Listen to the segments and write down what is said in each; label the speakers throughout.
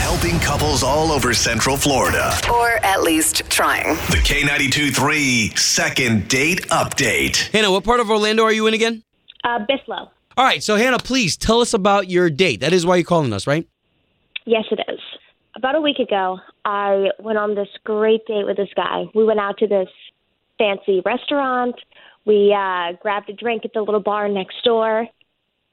Speaker 1: Helping couples all over Central Florida.
Speaker 2: Or at least trying.
Speaker 1: The K92 3 Second Date Update.
Speaker 3: Hannah, what part of Orlando are you in again?
Speaker 4: Uh, Bislow.
Speaker 3: All right, so Hannah, please tell us about your date. That is why you're calling us, right?
Speaker 4: Yes, it is. About a week ago, I went on this great date with this guy. We went out to this fancy restaurant. We uh, grabbed a drink at the little bar next door.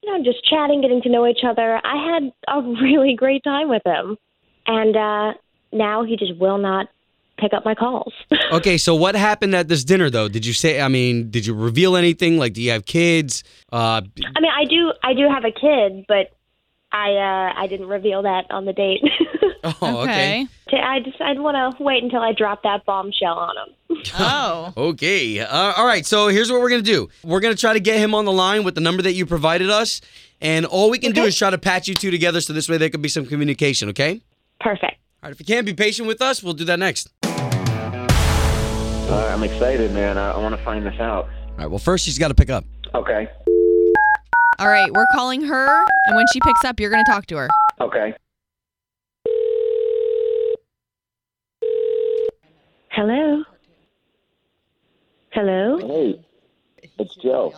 Speaker 4: You know, just chatting, getting to know each other. I had a really great time with him. And uh, now he just will not pick up my calls.
Speaker 3: Okay, so what happened at this dinner though? Did you say? I mean, did you reveal anything? Like, do you have kids? Uh,
Speaker 4: I mean, I do I do have a kid, but I uh, I didn't reveal that on the date.
Speaker 3: oh, okay.
Speaker 4: I just I'd want to wait until I drop that bombshell on him.
Speaker 5: Oh.
Speaker 3: Okay. Uh, all right. So here's what we're gonna do. We're gonna try to get him on the line with the number that you provided us, and all we can do is try to patch you two together so this way there could be some communication. Okay.
Speaker 4: Perfect.
Speaker 3: All right. If you can't be patient with us, we'll do that next.
Speaker 6: Uh, I'm excited, man. I, I want to find this out.
Speaker 3: All right. Well, first she's got to pick up.
Speaker 6: Okay.
Speaker 5: All right, we're calling her, and when she picks up, you're going to talk to her.
Speaker 6: Okay.
Speaker 4: Hello. Hello.
Speaker 6: Hey, it's Joe.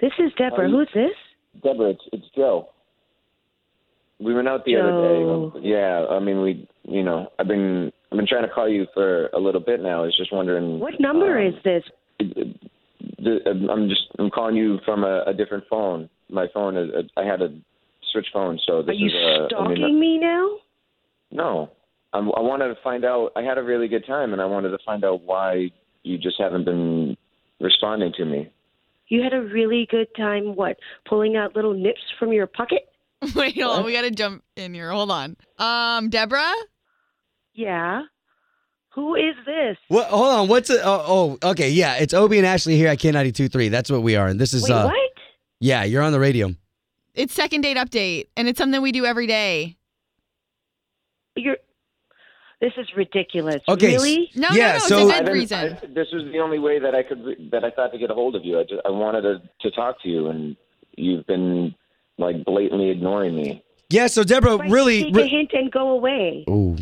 Speaker 4: This is Deborah.
Speaker 6: Hi.
Speaker 4: Who's this?
Speaker 6: Deborah, it's, it's Joe. We went out the
Speaker 4: Joe.
Speaker 6: other day. Yeah, I mean, we, you know, I've been, I've been trying to call you for a little bit now. I was just wondering.
Speaker 4: What number
Speaker 6: um,
Speaker 4: is this?
Speaker 6: the- I'm just, I'm calling you from a, a different phone. My phone is, I had to switch phones, so
Speaker 4: Are
Speaker 6: this
Speaker 4: you
Speaker 6: is a. I mean, uh,
Speaker 4: stalking me now?
Speaker 6: No, I'm, I wanted to find out. I had a really good time, and I wanted to find out why you just haven't been responding to me.
Speaker 4: You had a really good time. What? Pulling out little nips from your pocket?
Speaker 5: Wait, hold on. We got to jump in here. Hold on. Um, Deborah?
Speaker 4: Yeah. Who is this?
Speaker 3: What? Hold on. What's it? Oh, oh, okay. Yeah, it's Obie and Ashley here at K92.3. That's what we are, and this is.
Speaker 4: Wait,
Speaker 3: uh,
Speaker 4: what?
Speaker 3: Yeah, you're on the radio.
Speaker 5: It's second date update, and it's something we do every day.
Speaker 4: You're. This is ridiculous.
Speaker 3: Okay, s-
Speaker 4: Really?
Speaker 5: No,
Speaker 3: Yeah,
Speaker 5: no, no.
Speaker 3: so-
Speaker 5: it's
Speaker 6: I
Speaker 5: a good
Speaker 6: didn't-
Speaker 5: reason.
Speaker 6: I- this was the only way that I could that I thought to get a hold of you. I just I wanted to to talk to you, and you've been like blatantly ignoring me.
Speaker 3: Yeah. So Deborah,
Speaker 4: Why
Speaker 3: really.
Speaker 4: Take a hint and go away.
Speaker 3: Ooh.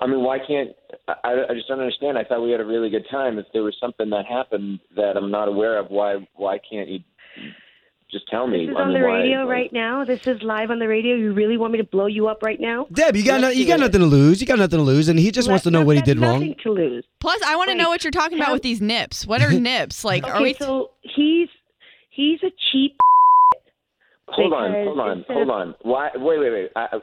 Speaker 6: I mean, why can't I? I just don't understand. I thought we had a really good time. If there was something that happened that I'm not aware of, why why can't you just tell me?
Speaker 4: This is
Speaker 6: I
Speaker 4: on
Speaker 6: mean,
Speaker 4: the
Speaker 6: why-
Speaker 4: radio
Speaker 6: why-
Speaker 4: right now. This is live on the radio. You really want me to blow you up right now?
Speaker 3: Deb, you got no, you got nothing to lose. You got nothing to lose, and he just wants to know
Speaker 4: Not-
Speaker 3: what he
Speaker 4: not-
Speaker 3: did
Speaker 4: nothing
Speaker 3: wrong.
Speaker 4: to lose.
Speaker 5: Plus, I want to
Speaker 4: Wait,
Speaker 5: know what you're talking about
Speaker 4: how-
Speaker 5: with these nips. What are nips? Like, are we.
Speaker 4: Okay, so he's he's a cheap.
Speaker 6: Hold on,
Speaker 4: because
Speaker 6: hold on,
Speaker 4: instead of-
Speaker 6: hold on. Why? Wait, wait, wait. I, I-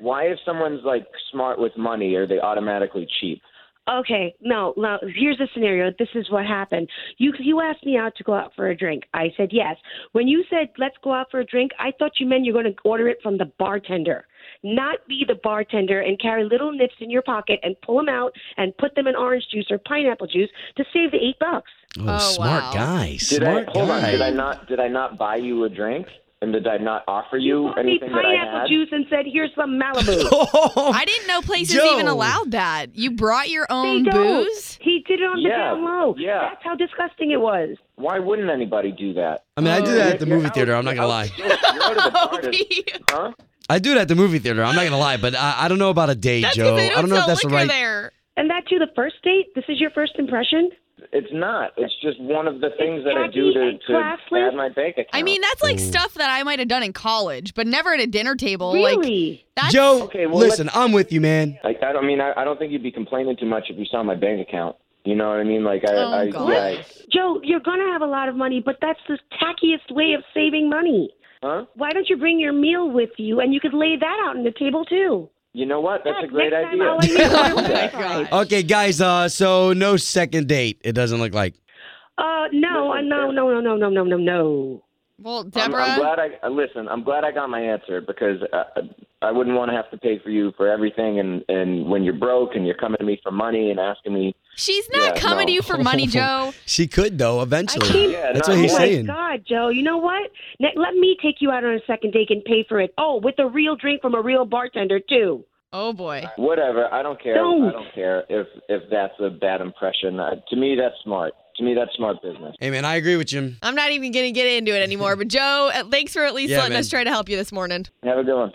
Speaker 6: why, if someone's like smart with money, are they automatically cheap?
Speaker 4: Okay, no, no. Here's the scenario. This is what happened. You you asked me out to go out for a drink. I said yes. When you said let's go out for a drink, I thought you meant you're going to order it from the bartender, not be the bartender and carry little nips in your pocket and pull them out and put them in orange juice or pineapple juice to save the eight bucks.
Speaker 3: Oh,
Speaker 5: Oh,
Speaker 3: smart
Speaker 5: wow.
Speaker 3: guy.
Speaker 6: Did
Speaker 3: smart
Speaker 6: I hold
Speaker 3: guy.
Speaker 6: on? Did I not? Did I not buy you a drink? And did I not offer you,
Speaker 4: bought me
Speaker 6: anything that I
Speaker 4: pineapple
Speaker 6: had?
Speaker 4: juice and said here's some Malibu.
Speaker 5: I didn't know places
Speaker 3: Joe.
Speaker 5: even allowed that. You brought your
Speaker 4: They
Speaker 5: own
Speaker 4: don't.
Speaker 5: booze?
Speaker 4: He did it on the
Speaker 6: Yeah,
Speaker 4: down low.
Speaker 6: yeah.
Speaker 4: That's how disgusting it was.
Speaker 6: Why wouldn't anybody do that?
Speaker 3: I mean, I do
Speaker 5: Oh.
Speaker 3: that at the
Speaker 6: You're
Speaker 3: movie
Speaker 6: out-
Speaker 3: theater. I'm not
Speaker 6: you're
Speaker 3: gonna
Speaker 6: out-
Speaker 3: lie.
Speaker 6: You're out of the party, huh?
Speaker 3: I do it at the movie theater. I'm not gonna lie, but I, I don't know about a date,
Speaker 5: That's
Speaker 3: Joe.
Speaker 5: because they
Speaker 3: I don't know if
Speaker 5: sell
Speaker 3: that's the
Speaker 5: liquor
Speaker 3: right.
Speaker 5: there.
Speaker 4: And that too, the first date? This is your first impression?
Speaker 6: It's not. It's just one of the things that I
Speaker 4: tacky
Speaker 6: do to,
Speaker 4: and
Speaker 6: to
Speaker 4: classless.
Speaker 6: add my bank account.
Speaker 5: I mean, that's like stuff that I might have done in college, but never at a dinner table. Like,
Speaker 4: Really?
Speaker 5: that's
Speaker 3: Joe,
Speaker 6: Okay, well,
Speaker 3: listen, I'm with you, man.
Speaker 6: Like I don't I mean I, I don't think you'd be complaining too much if you saw my bank account. You know what I mean? Like I,
Speaker 5: Oh,
Speaker 6: I,
Speaker 5: God.
Speaker 6: yeah, I-
Speaker 4: Joe, you're going to have a lot of money, but that's the tackiest way of saving money.
Speaker 6: huh?
Speaker 4: Why don't you bring your meal with you and you could lay that out on the table too?
Speaker 6: You know what? That's a
Speaker 4: Heck,
Speaker 6: great
Speaker 4: next time
Speaker 6: idea.
Speaker 4: I'll let you know
Speaker 5: Oh
Speaker 4: what
Speaker 5: my
Speaker 4: it
Speaker 5: God.
Speaker 4: looks like.
Speaker 3: Okay, guys. Uh, so no second date. It doesn't look like.
Speaker 4: Uh, no, uh, no, no, no, no, no, no, no, no.
Speaker 5: Well,
Speaker 6: I'm,
Speaker 5: Deborah.
Speaker 6: I'm glad I uh, listen. I'm glad I got my answer because uh, I wouldn't want to have to pay for you for everything. And and when you're broke and you're coming to me for money and asking me,
Speaker 5: She's not
Speaker 6: Yeah,
Speaker 5: coming to
Speaker 6: no.
Speaker 5: you for money, Joe.
Speaker 3: She could though eventually.
Speaker 6: Yeah,
Speaker 3: That's
Speaker 6: no,
Speaker 3: what he's
Speaker 6: oh
Speaker 4: my
Speaker 3: saying.
Speaker 4: God, Joe, you know what? Ne- let me take you out on a second date and pay for it. Oh, with a real drink from a real bartender too.
Speaker 5: Oh boy.
Speaker 6: whatever, I don't care.
Speaker 4: Don't.
Speaker 6: I don't care if if that's a bad impression. Uh, to me, that's smart. To me, that's smart business.
Speaker 3: Hey man, I agree with you.
Speaker 5: I'm not even gonna get into it anymore. But Joe, uh, thanks for at least
Speaker 3: Yeah,
Speaker 5: letting
Speaker 3: man.
Speaker 5: us try to help you this morning.
Speaker 6: Have a good one.